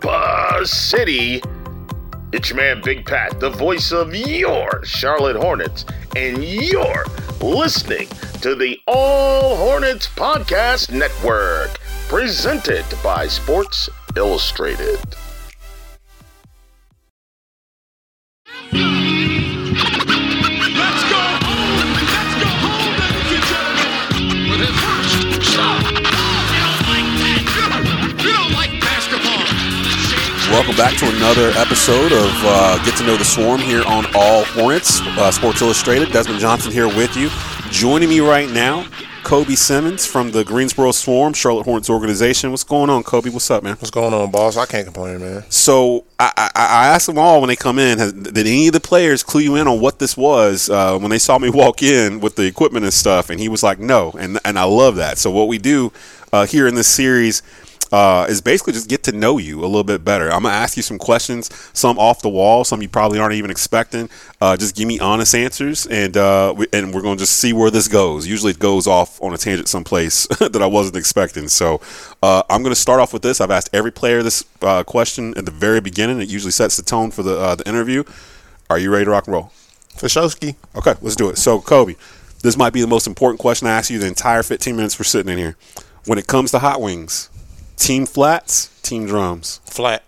the city. It's your man, Big Pat, the voice of your Charlotte Hornets, and you're listening to the All Hornets Podcast Network, presented by Sports Illustrated. Let's go home. Let's go home, ladies and gentlemen. With his first shot. Oh, you don't like that. You don't- You don't like basketball. Welcome back to another episode of uh, Get to Know the Swarm here on All Hornets, uh, Sports Illustrated. Desmond Johnson here with you. Joining me right now, Kobe Simmons from the Greensboro Swarm, Charlotte Hornets organization. What's going on, Kobe? What's up, man? What's going on, boss? I can't complain, man. So I, I, I asked them all when they come in, has, did any of the players clue you in on what this was uh, when they saw me walk in with the equipment and stuff? And he was like, no, and and I love that. So what we do uh, here in this series. Uh, is basically just get to know you a little bit better. I'm gonna ask you some questions, some off the wall, some you probably aren't even expecting. Uh, just give me honest answers, and uh, we, and we're gonna just see where this goes. Usually, it goes off on a tangent someplace that I wasn't expecting. So, uh, I'm gonna start off with this. I've asked every player this uh, question at the very beginning. It usually sets the tone for the uh, the interview. Are you ready to rock and roll? Fashowski. Okay, let's do it. So, Kobe, this might be the most important question I ask you the entire 15 minutes we're sitting in here. When it comes to hot wings, team flats, team drums. Flat.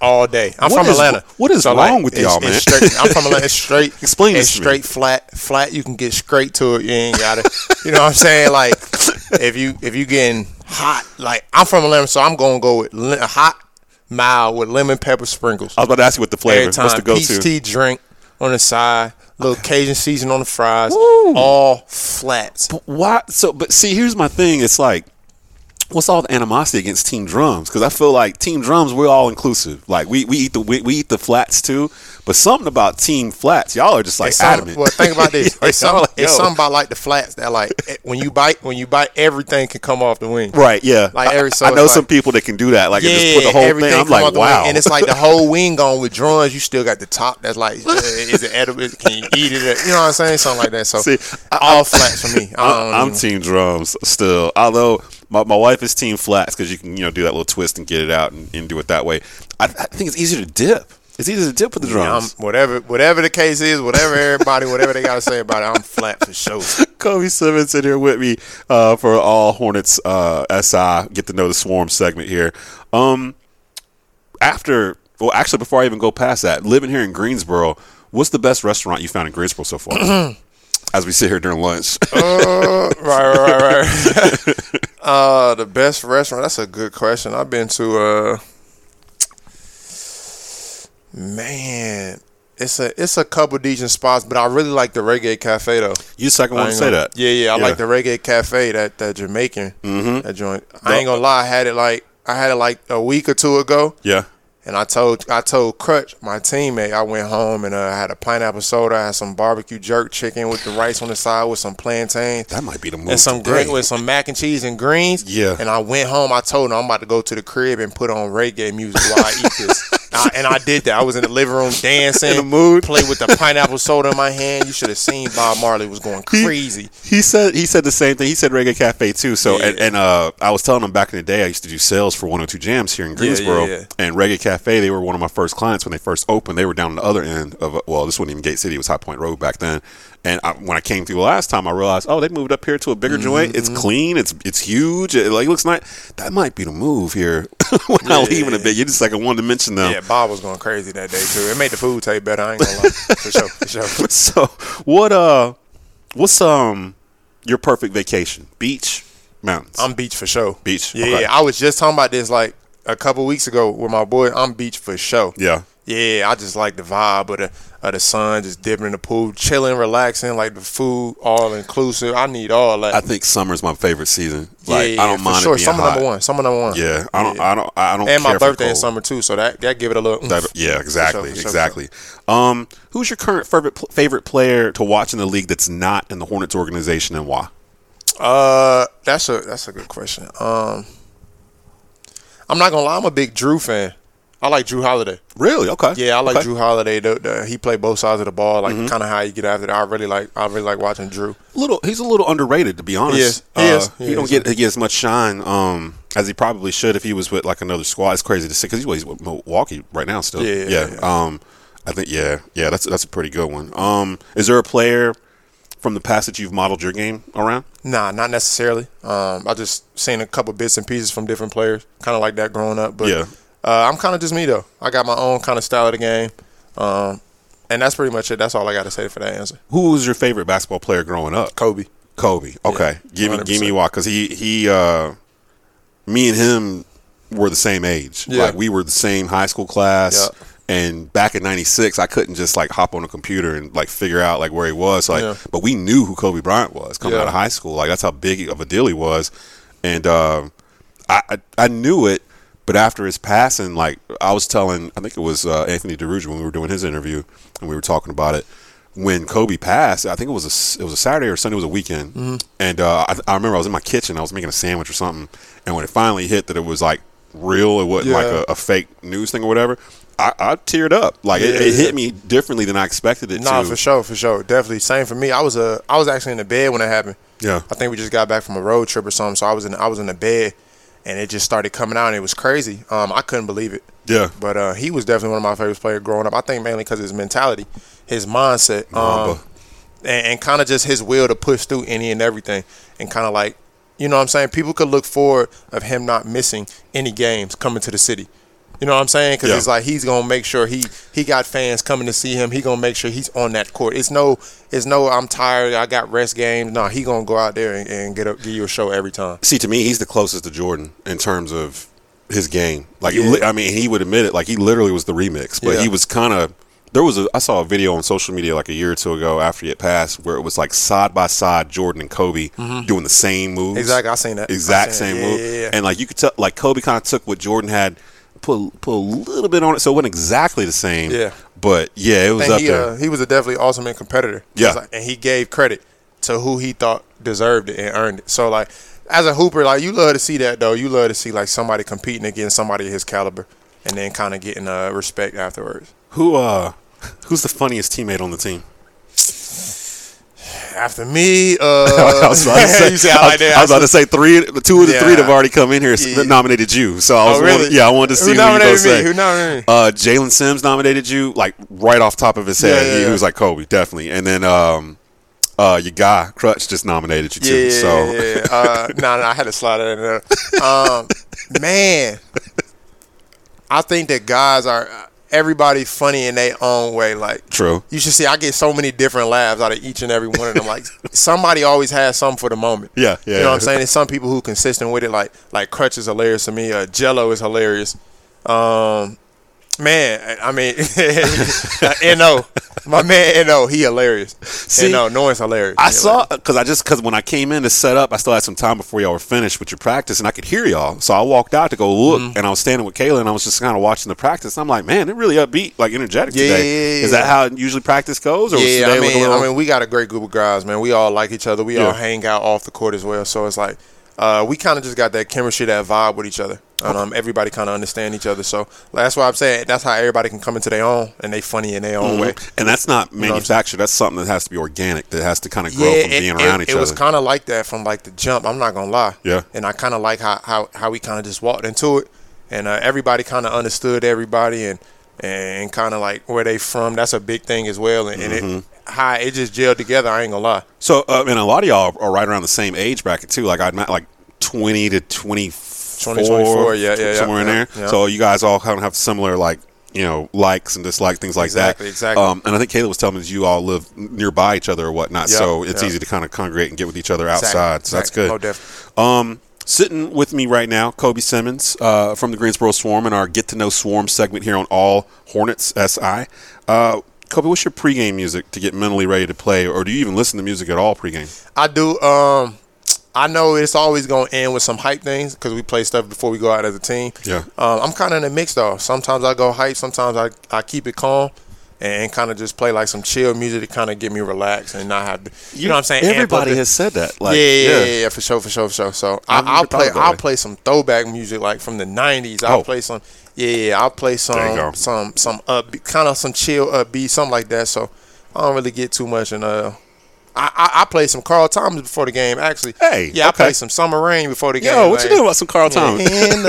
All day. I'm What from is- Atlanta. what is wrong with y'all, it's man? Straight, I'm from Atlanta. It's straight. Explain It's this to me. straight flat. Flat. You can get straight to it. You ain't got it. You know what I'm saying? Like if you if you getting hot, like I'm from Atlanta, so I'm gonna go with li- hot mild with lemon pepper sprinkles. I was about to ask you what the flavor. Every time, What's the go peach to? tea drink on the side, little Cajun season on the fries, Woo. all flats. Why? So, but see, here's my thing. It's like, what's all the animosity against team drums? Because I feel like team drums, we're all inclusive. Like we, we eat the we, we eat the flats too. But something about team flats, y'all are just like It's some- adamant. Well, think about this. Yeah, It's, some, y'all like, it's yo. something about like the flats that like eh, when you bite, when you bite, everything can come off the wing. Right, yeah. Like I- every- so I, it's know like- some people that can do that. Like, and just put the whole thing. I'm come like, off the wing, wow. and it's like the whole wing gone with drums. You still got the top that's like, eh, is it edible? Can you eat it? You know what I'm saying? Something like that. So See, all flats for me. I don't I'm, I'm even- team drums still. Although my, my wife is team flats because you can you know do that little twist and get it out and, and do it that way. I, I think it's easier to dip. It's easier to dip with the I'm drums. whatever, whatever the case is, whatever everybody, whatever they gotta say about it, I'm flat for sure. Kobe Simmons in here with me uh, for all Hornets uh, SI get to know the swarm segment here. Um, after well, actually, before I even go past that, living here in Greensboro, what's the best restaurant you found in Greensboro so far? As we sit here during lunch, Uh, right, right, right, right. uh, the best restaurant. That's a good question. I've been to. Uh, man, it's a it's a couple decent spots, but I really like the Reggae Cafe though. you second one I to ain't say gonna- that. Yeah, yeah. I like the Reggae Cafe that that Jamaican Mm-hmm. that joint. I ain't gonna lie, I had it like I had it like a week or two ago. yeah. And I told I told Crutch, my teammate, I went home and uh, I had a pineapple soda, I had some barbecue jerk chicken with the rice on the side with some plantains That might be the move. and some today. green with some mac and cheese and greens. Yeah. And I went home. I told him I'm about to go to the crib and put on reggae music while I eat this. I, and I did that. I was in the living room dancing, In the mood. play with the pineapple soda in my hand. You should have seen Bob Marley was going crazy. He said he said the same thing. He said Reggae Cafe too. So and, and uh, I was telling him back in the day I used to do sales for 102 Jams here in Greensboro yeah. and Reggae Cafe. They were one of my first clients when they first opened. They were down on the other end of uh, well, this wasn't even Gate City. It was High Point Road back then. And I, when I came through the last time, I realized oh they moved up here to a bigger joint. Mm-hmm. It's clean. It's it's huge. It like looks nice. That might be the move here when I leave in a bit. You just like I wanted to mention them. Yeah, Bob was going crazy that day too. It made the food taste better. I ain't gonna lie. For sure, for sure. so what uh what's um your perfect vacation beach mountains I'm beach for sure. Beach, Yeah, okay. yeah. I was just talking about this like a couple weeks ago with my boy. I'm beach for sure. yeah Yeah, I just like the vibe of the of the sun, just dipping in the pool, chilling, relaxing, like the food, all inclusive. I need all that. i think summer's my favorite season like i don't for mind sure. it being summer hot. number one. Summer number one. yeah i don't i don't i don't And care my for birthday in cold. summer too, so that that give it a little. oomph. That- yeah exactly for sure, for exactly um who's your current favorite pl- favorite player to watch in the league that's not in the hornets organization and why Uh, that's a that's a good question. Um, I'm not gonna lie, I'm a big Drew fan. I like Drew Holiday. Really? Okay. Yeah, I like Okay. Mm-hmm. Drew Holiday. The, the, he played both sides of the ball, like kind of how you get after that. I really like. I really like watching Drew. Little, he's a little underrated to be honest. He is. He is. Uh, He he don't is. get, he get as much shine um, as he probably should if he was with like another squad. It's crazy to say because he's, he's with Milwaukee right now still. Yeah, yeah, Um, I think yeah, yeah. That's that's a pretty good one. Um, is there a player from the past that you've modeled your game around? Nah, not necessarily. Um, I just seen a couple bits and pieces from different players, kind of like that growing up. But Yeah. uh, I'm kind of just me though. I got my own kind of style of the game, um, and that's pretty much it. That's all I got to say for that answer. Who was your favorite basketball player growing up? Kobe. Kobe. Okay, give me give me 100%. why because he he uh, me and him were the same age. Yeah. Like we were the same high school class. Yeah. And back in '96, I couldn't just like hop on a computer and like figure out like where he was. Like, Yeah. but we knew who Kobe Bryant was coming Yeah. out of high school. Like that's how big of a deal he was. And um, I, I I knew it, but after his passing, like I was telling, I think it was uh, Anthony DeRuja when we were doing his interview, and we were talking about it. When Kobe passed, I think it was a s- it was a Saturday or Sunday, it was a weekend, Mm-hmm. and uh, I, I remember I was in my kitchen, I was making a sandwich or something, and when it finally hit that it was like real, it wasn't like Yeah. a, a fake news thing or whatever. I, I teared up, like it, it Yeah. hit me differently than I expected it Nah, to. for sure, for sure, definitely. Same for me. I was uh, I was actually in the bed when it happened. Yeah. I think we just got back from a road trip or something. So I was in I was in the bed, and it just started coming out, and it was crazy. Um, I couldn't believe it. Yeah. But uh, he was definitely one of my favorite players growing up. I think mainly because his mentality, his mindset, Mamba. um, and, and kind of just his will to push through any and everything, and kind of like, you know what I'm saying? People could look forward of him not missing any games coming to the city. You know what I'm saying? Because Yeah. it's like he's gonna make sure he he got fans coming to see him. He gonna make sure he's on that court. It's no it's no I'm tired. I got rest games. No, he gonna go out there and, and get a, give you a show every time. See, to me, he's the closest to Jordan in terms of his game. Like, Yeah. li- I mean, he would admit it. Like, he literally was the remix, but Yeah. he was kind of. There was a. I saw a video on social media like a year or two ago after he had passed, where it was like side by side Jordan and Kobe doing the same moves. Mm-hmm. Exactly, I seen that. I Exact seen same it. Yeah, move. yeah, yeah. And like you could tell, like Kobe kind of took what Jordan had, put put a little bit on it, so it wasn't exactly the same. Yeah. But yeah, it was think up he, there. Uh, he was a definitely ultimate competitor. Yeah. It's like- and he gave credit to who he thought deserved it and earned it. So like, as a hooper, like you love to see that though. You love to see like somebody competing against somebody of his caliber, and then kind of getting uh, respect afterwards. Who uh, who's the funniest teammate on the team? After me, uh, I was about to say, you see how I- like that? I was about to say three, two of the three that have Yeah. already come in here s- Yeah. Oh, nominated you. So I was, really? wanting- yeah, I wanted to see Who who, you gonna nominated me? say. Who nominated me? Uh, Jalen Sims nominated you, like right off top of his head. Yeah, yeah, he, he yeah. was like Kobe, definitely. And then um, uh, your guy Crutch just nominated you too. yeah, yeah, so yeah, yeah. Uh, no, no, I had to slide that in there. Um, man, I think that guys are everybody funny in their own way. Like True. You should see. I get so many different laughs out of each and every one of them. Like somebody always has some for the moment. Yeah, yeah. You know what I'm saying? There's some people who consistent with it. Like like Crutch is hilarious to me. Uh, Jello is hilarious. Um, man, I I mean, uh, No, my man No, he hilarious. See, No, no one's hilarious. I He saw because I just because when I came in to set up, I still had some time before y'all were finished with your practice, and I could hear y'all. So I walked out to go look, Mm-hmm. and I was standing with Kayla, and I was just kind of watching the practice. And I'm like, man, they're really upbeat, like energetic Yeah, today. yeah, yeah, Is yeah. that how usually practice goes, or was today yeah, I like a mean, little- I mean, we got a great group of guys, man. We all like each other. We all Yeah. hang out off the court as well. So it's like uh, we kind of just got that chemistry, that vibe with each other, and um, everybody kind of understand each other. So that's why I'm saying that's how everybody can come into their own and they funny in their own way. And that's not I'm manufactured. That's something that has to be organic. That has to kind of grow from it, being it- around each it other. was kind of like that from like the jump. I'm not gonna lie. Yeah. And I kind of like how how, how we kind of just walked into it, and uh, everybody kind of understood everybody and and kind of like where they from. That's a big thing as well. And, and Mm-hmm. it how it just gelled together. I ain't gonna lie. so, uh, and a lot of y'all are right around the same age bracket too. Like I'm not like twenty to twenty four, 24, yeah, yeah, yeah, somewhere in yeah, there. yeah. So you guys all kind of have similar like you know likes and dislikes things like Exactly, that. exactly. Um, and I think Kayla was telling me that you all live nearby each other or whatnot. Yeah, so it's yeah. easy to kind of congregate and get with each other Exactly, outside. So that's exactly. good. Oh, definitely. Um, sitting with me right now, Kobe Simmons uh, from the Greensboro Swarm in our Get to Know Swarm segment here on All Hornets SI. Uh, Kobe, what's your pregame music to get mentally ready to play, or do you even listen to music at all pregame? I do. Um, I know it's always going to end with some hype things because we play stuff before we go out as a team. Yeah. Um, I'm kind of in a mix though. Sometimes I go hype. Sometimes I, I keep it calm. and kind of just play like some chill music to kind of get me relaxed and not have to, you, know what I'm saying? amp up Everybody the- has said that. Like, yeah, yeah, yeah, yeah, for sure, for sure, for sure. So I, I've never I'll thought play, of it that I'll way. play some throwback music like from the '90s. I'll Oh. play some, yeah, yeah, I'll play you go. some, some, some upbeat, kind of some chill upbeat, something like that. So I don't really get too much, and uh, I, I, I played some Carl Thomas before the game actually. Hey, yeah, okay. I played some Summer Rain before the game. Yo, what you like- doing about some Carl Thomas? In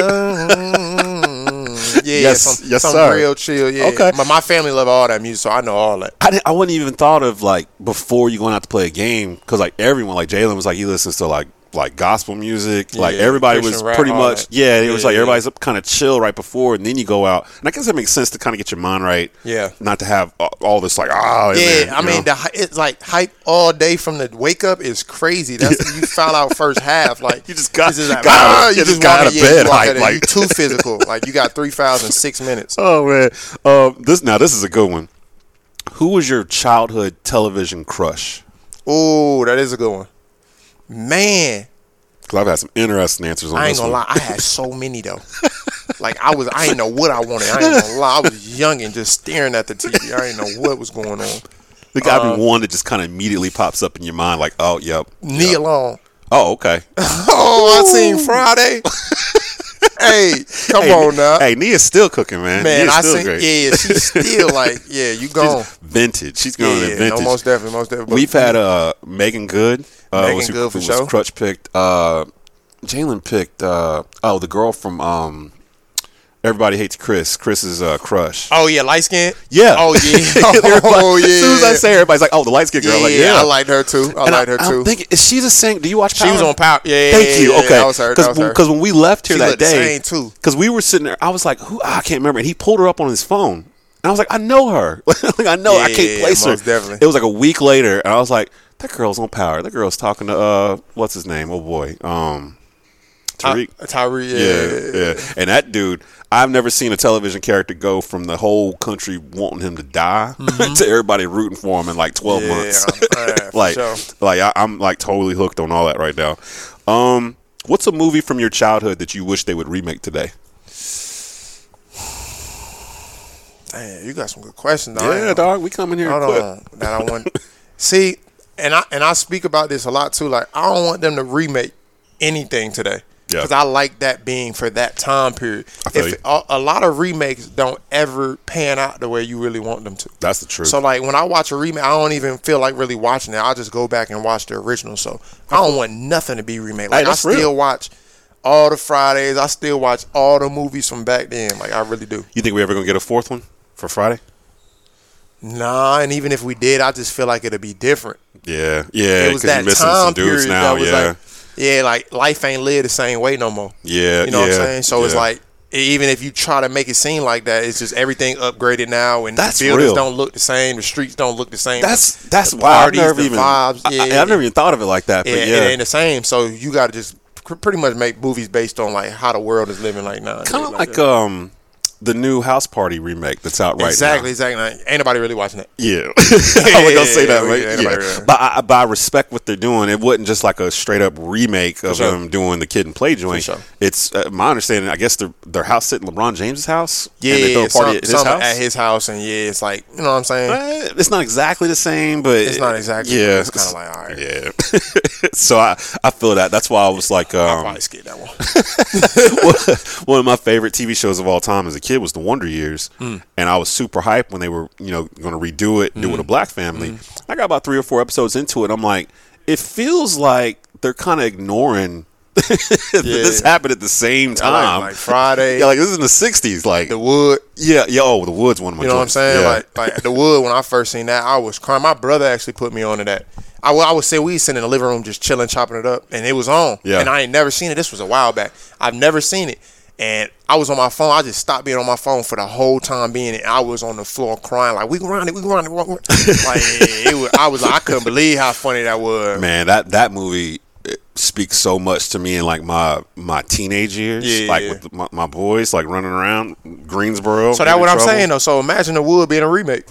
the- yeah, Yes, some, yes, some sir. real chill. Yeah, Okay. But my family love all that music, so I know all that. I, didn't, I wouldn't even thought of like before you going out to play a game because like everyone like Jalen was like he listens to like like gospel music like Yeah, everybody was Christian rap, pretty all much that. yeah it was Yeah, like yeah. everybody's up kind of chill right before and then you go out and I guess that makes sense to kind of get your mind right Yeah. not to have a- all this like ah Yeah, man, I you mean, know? the, hy- it's like hype all day from the wake up is crazy. That's you foul out first half, like You just got- it's like, got out- you ah, you just just got walk out in, of yeah, bed you walk hype, out of there, you like- too physical. Like you got three fouls in six minutes. oh man um, this now this is a good one who was your childhood television crush Ooh, that is a good one, man. because I've had some interesting answers on I ain't this gonna one. lie, I had so many though. like I was, I ain't know what I wanted. I ain't gonna lie, I was young and just staring at the TV. I ain't know what was going on. There gotta Uh, be one that just kind of immediately pops up in your mind like oh yep Knee alone. oh okay Oh, I seen Friday. hey, come hey, on now. Hey, Nia's still cooking, man. Man, Nia's I still seen. great. Yeah, she's still like, yeah, you gone. She's vintage. She's going yeah, to vintage. no, most definitely, most definitely. We've had uh, Megan Good. Uh, Megan was who- Good for who sure. Was Crutch picked. Uh, Jalen picked. Uh, oh, the girl from um, Everybody Hates Chris. Chris's uh, crush. oh yeah, light skin. Yeah. Oh yeah. Everybody- oh yeah. As soon as I say, her, everybody's like, "Oh, the light skinned yeah, girl." I'm like, yeah, yeah, I liked her too. I And liked her I'm too. thinking, is she the same? Do you watch? She was Power? on Power. Yeah, yeah, Thank yeah, you. yeah, Okay, That was her. That was her. because when we left here She that looked the day, same, too. because we were sitting there, I was like, "Who?" I can't remember. And he pulled her up on his phone, and I was like, "I know her. like I know. I Yeah, can't yeah, place her." most definitely. It was like a week later, and I was like, "That girl's on power. That girl's talking to uh, what's his name? Oh boy, um, Tariq." Uh, Tyree. Yeah. yeah, yeah. And that dude, I've never seen a television character go from the whole country wanting him to die to everybody rooting for him in like twelve Mm-hmm. Yeah, months. yeah, for like, sure. like I, I'm like totally hooked on all that right now. Um, what's a movie from your childhood that you wish they would remake today? Damn, you got some good questions. though. I ain't Yeah, dog, we coming here. Hold quick. on, that I want. See, and I and I speak about this a lot too. Like I don't want them to remake anything today Yeah. because I like that being for that time period. feel you. If a, a lot of remakes don't ever pan out the way you really want them to. That's the truth. So like when I watch a remake, I don't even feel like really watching it. I just go back and watch the original. So I don't want nothing to be remade. Like I that's still real. watch all the Fridays. I still watch all the movies from back then. Like I really do. you think we ever gonna get a fourth one for Friday? Nah, and even if we did, I just feel like it'd be different. Yeah, yeah. it was 'cause that you're missing time some dudes period now. that was yeah, like, yeah, like life ain't lived the same way no more. yeah. you know what yeah, I'm saying? So it's yeah. like e, even if you try to make it seem like that, it's just everything upgraded now, and That's the buildings real. don't look the same, the streets don't look the same. That's the- that's the why I've parties, never the even vibes. I, Yeah, have never even thought of it like that. But yeah, yeah, it ain't the same. So you got to just pr- pretty much make movies based on like how the world is living like now. kind of like um the new House Party remake that's out right exactly, now. exactly. Like, ain't nobody really watching that. Yeah, I was gonna say that, yeah, right? yeah, yeah, Yeah. yeah. But I, but I respect what they're doing. It wasn't just like a straight up remake of sure. them doing the kid and play joint. sure. It's uh, my understanding. I guess their their house sit in LeBron James's house. Yeah, and they throw a some, party at his some house. at his house, and yeah, it's like you know what I'm saying. Eh, it's not exactly the same, but It's not exactly, but Yeah, it's kinda like, all right. Yeah, so I I feel that. That's why I was like, I'll um, probably skip that one. one of my favorite TV shows of all time as a kid was The Wonder Years, Hmm. and I was super hyped when they were, you know, going to redo it, Hmm. do it with a black family. I got about three or four episodes into it. I'm like, it feels like they're kind of ignoring that this happened at the same I like- time. like Friday, yeah, like this is in the '60s. Like, the wood. yeah, yeah. Oh, The Woods one of my. You know what I'm joints. saying? Yeah. Like, like the wood. When I first seen that, I was crying. My brother actually put me on to that. I would, I would say we sitting in the living room just chilling, chopping it up, and it was on. Yeah. And I ain't never seen it. This was a while back. I've never seen it. And I was on my phone. I just stopped being on my phone for the whole time being. And I was on the floor crying like, "We grind it, we grind it." we grind it." like it was, I was like, I couldn't believe how funny that was. man that that movie it speaks so much to me in like my my teenage years Yeah, like yeah. with my, my boys like running around greensboro So that's getting what in I'm trouble. saying though. So imagine the wood being a remake.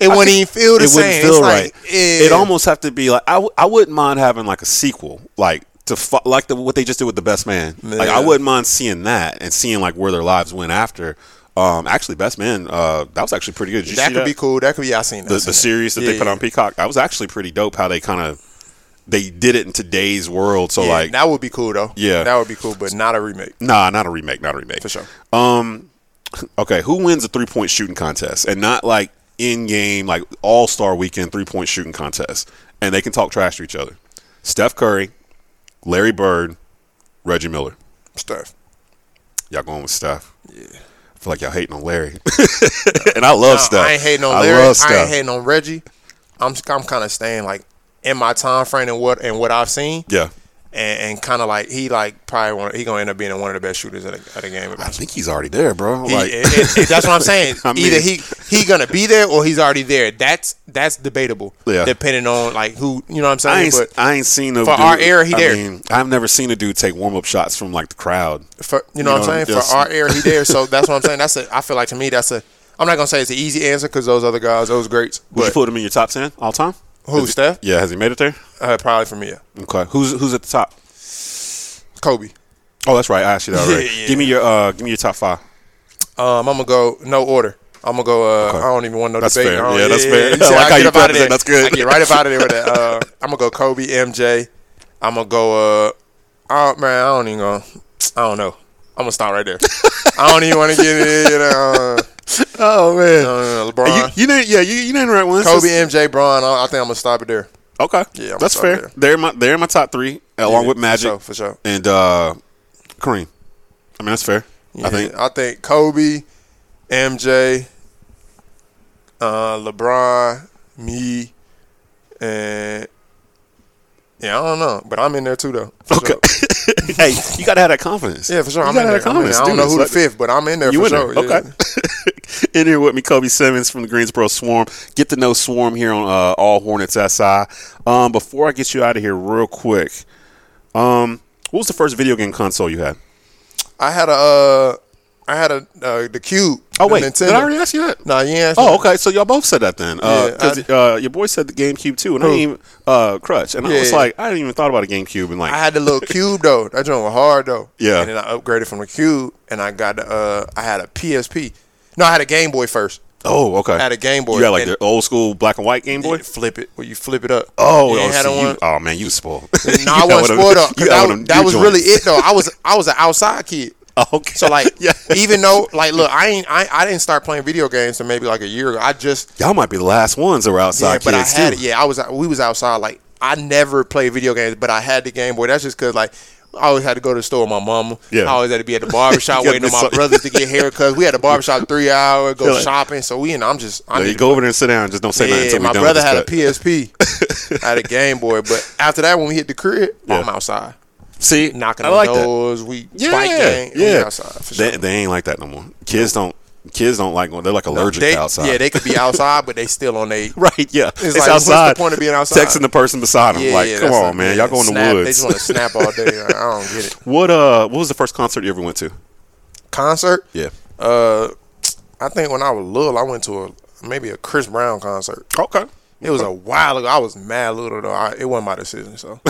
It wouldn't even feel the it same. wouldn't it's feel right. like, It yeah. almost have to be like I, w- I wouldn't mind having like a sequel, like to fo- like the, what they just did with the best man. Like I Yeah. wouldn't mind seeing that and seeing like where their lives went after. Um, actually, Best Man, uh, that was actually pretty good. Did you That see could be cool. That could be. I seen that. the, the series that they Yeah, put yeah. on Peacock. That was actually pretty dope how they kind of they did it in today's world. So Yeah, like, that would be cool though. Yeah. that would be cool, but not a remake nah, not a remake, not a remake for sure. Um, okay, who wins a three point shooting contest and not like in game like All Star Weekend three point shooting contest? And they can talk trash to each other. Steph Curry, Larry Bird, Reggie Miller. Stuff. Y'all going with Steph? Yeah. I feel like y'all hating on Larry, and I love No, Steph. I ain't hating on Larry. I, love Steph. ain't hating on Reggie. I'm I'm kind of staying like in my time frame and what and what I've seen. yeah, And, and kind of like he like probably want, he gonna end up being one of the best shooters at the, at the game. I think he's already there, bro. He- like, it- it- it- that's what I'm saying. I mean- Either he he gonna be there or he's already there. That's that's debatable. Yeah. Depending on like who you know what I'm I saying. ain't, But I ain't seen a for dude, our era, he I there. Mean, I've never seen a dude take warm up shots from like the crowd. for you know you what know, I'm saying. just- For our era, he there. So that's what I'm saying. That's a. I feel like to me that's a. I'm not gonna say it's an easy answer because those other guys, those greats. Would you But put him in your top ten all time? who Is he- Steph? Yeah, has he made it there? Uh, probably for me, yeah. Okay, who's who's at the top? Kobe. Oh, that's right. I asked you that Yeah, already. yeah. Give me your uh, give me your top five. Um, I'm gonna go no order. I'm gonna go. Uh, Okay. I don't even want no That's debate. fair. I don't- Yeah, that's fair. You see, I like I how get you up out preface of it. there. That's good. I get right up out of there with that. Uh, I'm gonna go Kobe, MJ. I'm gonna go. Uh, oh man, I don't even go. I don't know. I'm gonna stop right there. I don't even want to get it. You know, Oh man, uh, LeBron, you, you didn't. Yeah, you you didn't right one. Kobe, MJ, Braun. I, I think I'm gonna stop it there. Okay, Yeah, I'm that's sorry, fair. yeah. They're in my they're in my top three along Yeah, with Magic for sure. For sure. and uh, Kareem. I mean, that's fair. I think. I think Kobe, MJ, uh, LeBron, me, and yeah, I don't know, but I'm in there too though. for Okay. sure. hey, you gotta have that confidence. Yeah, for sure. You I'm in gotta there. have that I'm in confidence. there. I don't dude. know who the It's like- fifth, but I'm in there You for in sure. there? Okay. yeah. in here with me, Kobe Simmons from the Greensboro Swarm. Get to know Swarm here on uh, All Hornets SI. Um, before I get you out of here, real quick, um, what was the first video game console you had? I had a, uh, I had a uh, the cube. Oh the wait, Nintendo. did I already ask you that? Nah, you ain't asked me Oh, that. okay. So y'all both said that then, Yeah, because uh, your boy said the GameCube too, and I Who? didn't even uh, crutch, and I Yeah, was yeah. like, I didn't even thought about a GameCube, and like, I had the little cube though. That joint was hard though. Yeah. And then I upgraded from the cube, and I got the, uh, I had a PSP. No, I had a Game Boy first. oh, okay, I had a Game Boy. You had like and- the old school black and white Game Boy. You flip it. Where you flip it up. Oh, you oh, ain't had see, a you- one. oh man, you spoiled. No, I wasn't spoiled up. 'cause That, was- that was really it though. I was I was an outside kid. okay. So like, Oh, yeah. even though like, look, I ain't I, I didn't start playing video games until maybe like a year ago. I just Y'all might be the last ones that were outside yeah, but I kids had too. it. Yeah, I was we was outside. Like I never played video games, but I had the Game Boy. That's just because like. I always had to go to the store with my mama. Yeah. I always had to be at the You barbershop gotta waiting on be my so- brothers to get haircuts. We had a barbershop three hour, go You're like- shopping. So we and I'm just I No, need you to go over there and sit down. Just don't say nothing Yeah, until my we're done. brother with had a this cut. PSP. I had a Game Boy, but after that, when we hit the crib, Yeah. I'm outside See, knocking I on like that. doors. We Yeah, bike gang, yeah. we outside. For sure. They, they ain't like that no more. Kids don't. Kids don't like. They're like allergic They- to outside. Yeah, they could be outside, but they still on they. Right, yeah. It's, like, what's the outside. point of being outside? Texting the person beside him, Yeah, like, yeah, come that's on, like- man, yeah, y'all going to snap. the They woods. just want to snap all day. Like, I don't get it. what uh, what was the first concert you ever went to? Concert. Yeah. Uh, I think when I was little, I went to a maybe a Chris Brown concert. Okay. It was a while ago. I was mad little though. I, it wasn't my decision, so.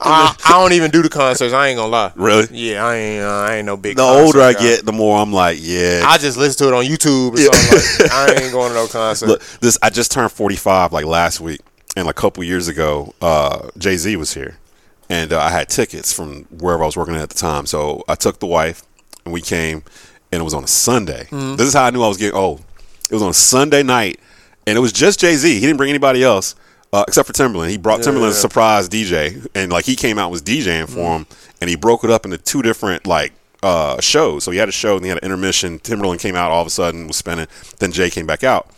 I, I don't even do the concerts. I ain't gonna lie. Really? Yeah, I ain't. Uh, I uh, ain't no big. The concert older I guy. get, the more I'm like, yeah. I just listen to it on YouTube. Or something like, I ain't going to no concert. Look, this I just turned 45 like last week, and a couple years ago, uh, Jay Z was here, and uh, I had tickets from wherever I was working at the time. So I took the wife, and we came, and it was on a Sunday. This is how I knew I was getting old. It was on a Sunday night, and it was just Jay Z. He didn't bring anybody else. Uh, except for Timberland, he brought Timberland as a surprise DJ, and like he came out and was DJing for him, and he broke it up into two different like uh, shows. So he had a show, and he had an intermission. Timberland came out all of a sudden, was spinning. Then Jay came back out,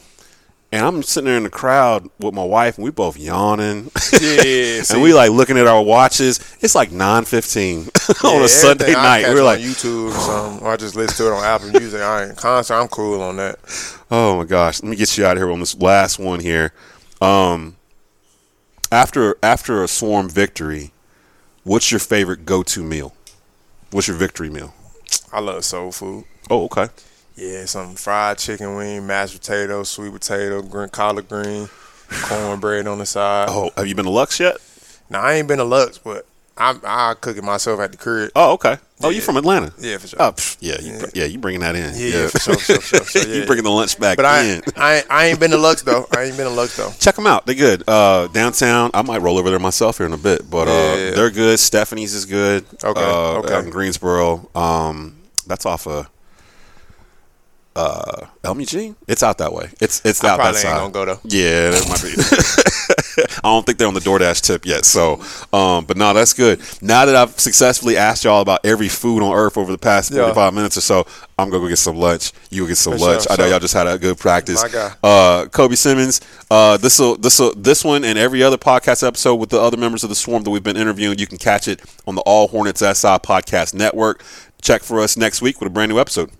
and I'm sitting there in the crowd with my wife, and we both yawning, yeah, and we like looking at our watches. It's like 9:15 on a Sunday night. We We're like, on YouTube. Or something, or I just listen to it on Apple Music. I ain't concert. I'm cool on that. oh my gosh, let me get you out of here on this last one here. Um, after after a swarm victory, what's your favorite go-to meal? What's your victory meal? I love soul food. Oh, okay. Yeah, some fried chicken wing, mashed potato, sweet potato, green collard green, cornbread on the side. Oh, have you been to Lux yet? Now I ain't been to Lux, but I I cook it myself at the crib. Oh, okay. Oh, you from Atlanta? Yeah, for sure. Oh, pff, yeah, you, yeah. you bringing that in? Yeah, yeah, for sure, for sure, for sure, for sure, you yeah. bringing the lunch back But I, in? I I ain't been to Lux though. I ain't been to Lux though. Check them out. They're good. Uh, downtown. I might roll over there myself here in a bit, but uh, Yeah. they're good. Stephanie's is good. Okay, Uh, okay. out in Greensboro. Um, that's off of uh, Elm Eugene. It's out that way. It's it's out that Probably ain't side. gonna go though. Yeah, that might be. I don't think they're on the DoorDash tip yet. So, um, but no, that's good. Now that I've successfully asked y'all about every food on earth over the past Yeah. 45 minutes or so, I'm going to go get some lunch. You go get some For lunch. sure, I know sure. y'all just had a good practice. My guy. Uh, Kobe Simmons, uh, this will this will this one and every other podcast episode with the other members of the Swarm that we've been interviewing, you can catch it on the All Hornets SI Podcast Network. Check for us next week with a brand new episode.